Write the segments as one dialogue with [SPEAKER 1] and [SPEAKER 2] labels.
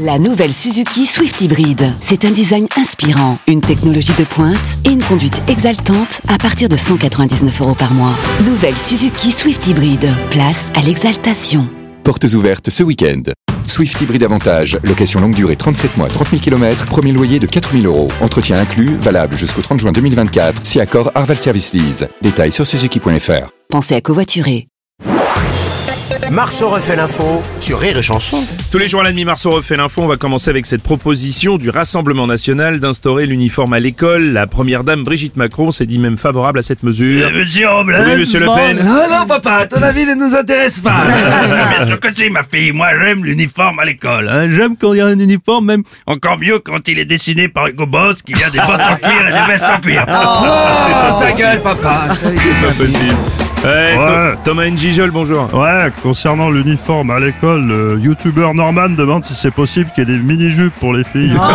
[SPEAKER 1] La nouvelle Suzuki Swift Hybrid. C'est un design inspirant, une technologie de pointe et une conduite exaltante à partir de 199 euros par mois. Nouvelle Suzuki Swift Hybrid. Place à l'exaltation.
[SPEAKER 2] Portes ouvertes ce week-end. Swift Hybrid Avantage, location longue durée 37 mois, 30 000 km, premier loyer de 4 000 euros. Entretien inclus, valable jusqu'au 30 juin 2024, si accord Arval Service Lease. Détails sur suzuki.fr.
[SPEAKER 1] Pensez à covoiturer.
[SPEAKER 3] Marceau refait l'info sur Rire et Chanson.
[SPEAKER 4] Tous les jours à la demi-mars, on refait l'info. On va commencer avec cette proposition du Rassemblement National d'instaurer l'uniforme à l'école. La première dame Brigitte Macron s'est dit même favorable à cette mesure.
[SPEAKER 5] Monsieur Robles
[SPEAKER 6] Euh,
[SPEAKER 4] Oui, monsieur Le
[SPEAKER 5] bon.
[SPEAKER 4] Pen.
[SPEAKER 5] Ah non, papa, ton avis ne nous intéresse pas. Bien sûr que si, ma fille. Moi, j'aime l'uniforme à l'école. hein. J'aime quand il y a un uniforme, même encore mieux quand il est dessiné par Hugo Boss, qu'il y a des bottes en cuir et des vestes en cuir.
[SPEAKER 4] pas
[SPEAKER 5] ta gueule, papa.
[SPEAKER 6] Ah,
[SPEAKER 4] C'est pas possible. Ouais,
[SPEAKER 6] Ouais.
[SPEAKER 4] Tho- Thomas Njijol, bonjour.
[SPEAKER 6] Ouais, concernant l'uniforme à l'école, le youtubeur Norman demande si c'est possible qu'il y ait des mini-jupes pour les filles.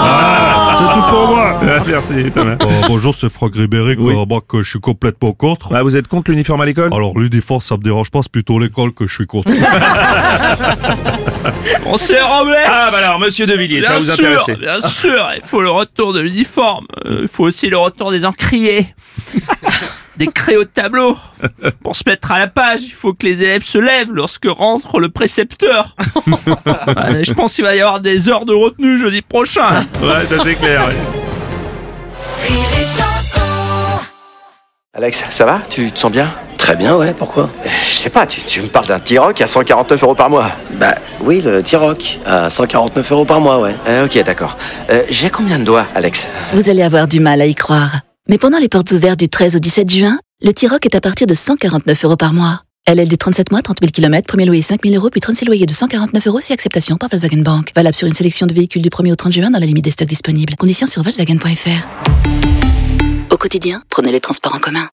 [SPEAKER 6] Ah, c'est tout pour moi
[SPEAKER 4] Ah, Merci Thomas.
[SPEAKER 6] Euh, Bonjour, c'est Franck Ribéry,
[SPEAKER 4] Oui.
[SPEAKER 6] quoi. Moi, que je suis complètement contre.
[SPEAKER 4] Ah, vous êtes contre l'uniforme à l'école
[SPEAKER 6] Alors l'uniforme, ça me dérange pas, c'est plutôt l'école que je suis contre.
[SPEAKER 7] Monsieur Robles
[SPEAKER 4] Ah bah alors, monsieur De Villiers, ça va
[SPEAKER 7] Bien
[SPEAKER 4] vous
[SPEAKER 7] sûr,
[SPEAKER 4] intéresser.
[SPEAKER 7] bien sûr, il faut le retour de l'uniforme, Euh, il faut aussi le retour des encriers, des crayons de tableau. Pour se mettre à la page, il faut que les élèves se lèvent lorsque rentre le précepteur. Ouais, je pense qu'il va y avoir des heures de retenue jeudi prochain.
[SPEAKER 4] Ouais, ça c'est clair. ouais.
[SPEAKER 3] Alex, ça va Tu te sens bien Euh,
[SPEAKER 8] Très bien, ouais, pourquoi
[SPEAKER 3] Je sais pas, tu, tu me parles d'un T-Rock à 149 euros par mois.
[SPEAKER 8] Bah oui, le T-Rock, à 149 euros par mois, ouais.
[SPEAKER 3] Euh, ok, d'accord. Euh, J'ai combien de doigts, Alex
[SPEAKER 9] Vous allez avoir du mal à y croire. Mais pendant les portes ouvertes du 13 au 17 juin, le T-Rock est à partir de 149 euros par mois. LLD 37 mois, 30 000 km, premier loyer 5 000 euros, puis 36 loyers de 149 euros si acceptation par Volkswagen Bank. Valable sur une sélection de véhicules du 1er au 30 juin dans la limite des stocks disponibles. Conditions sur Volkswagen.fr. Au quotidien, prenez les transports en commun.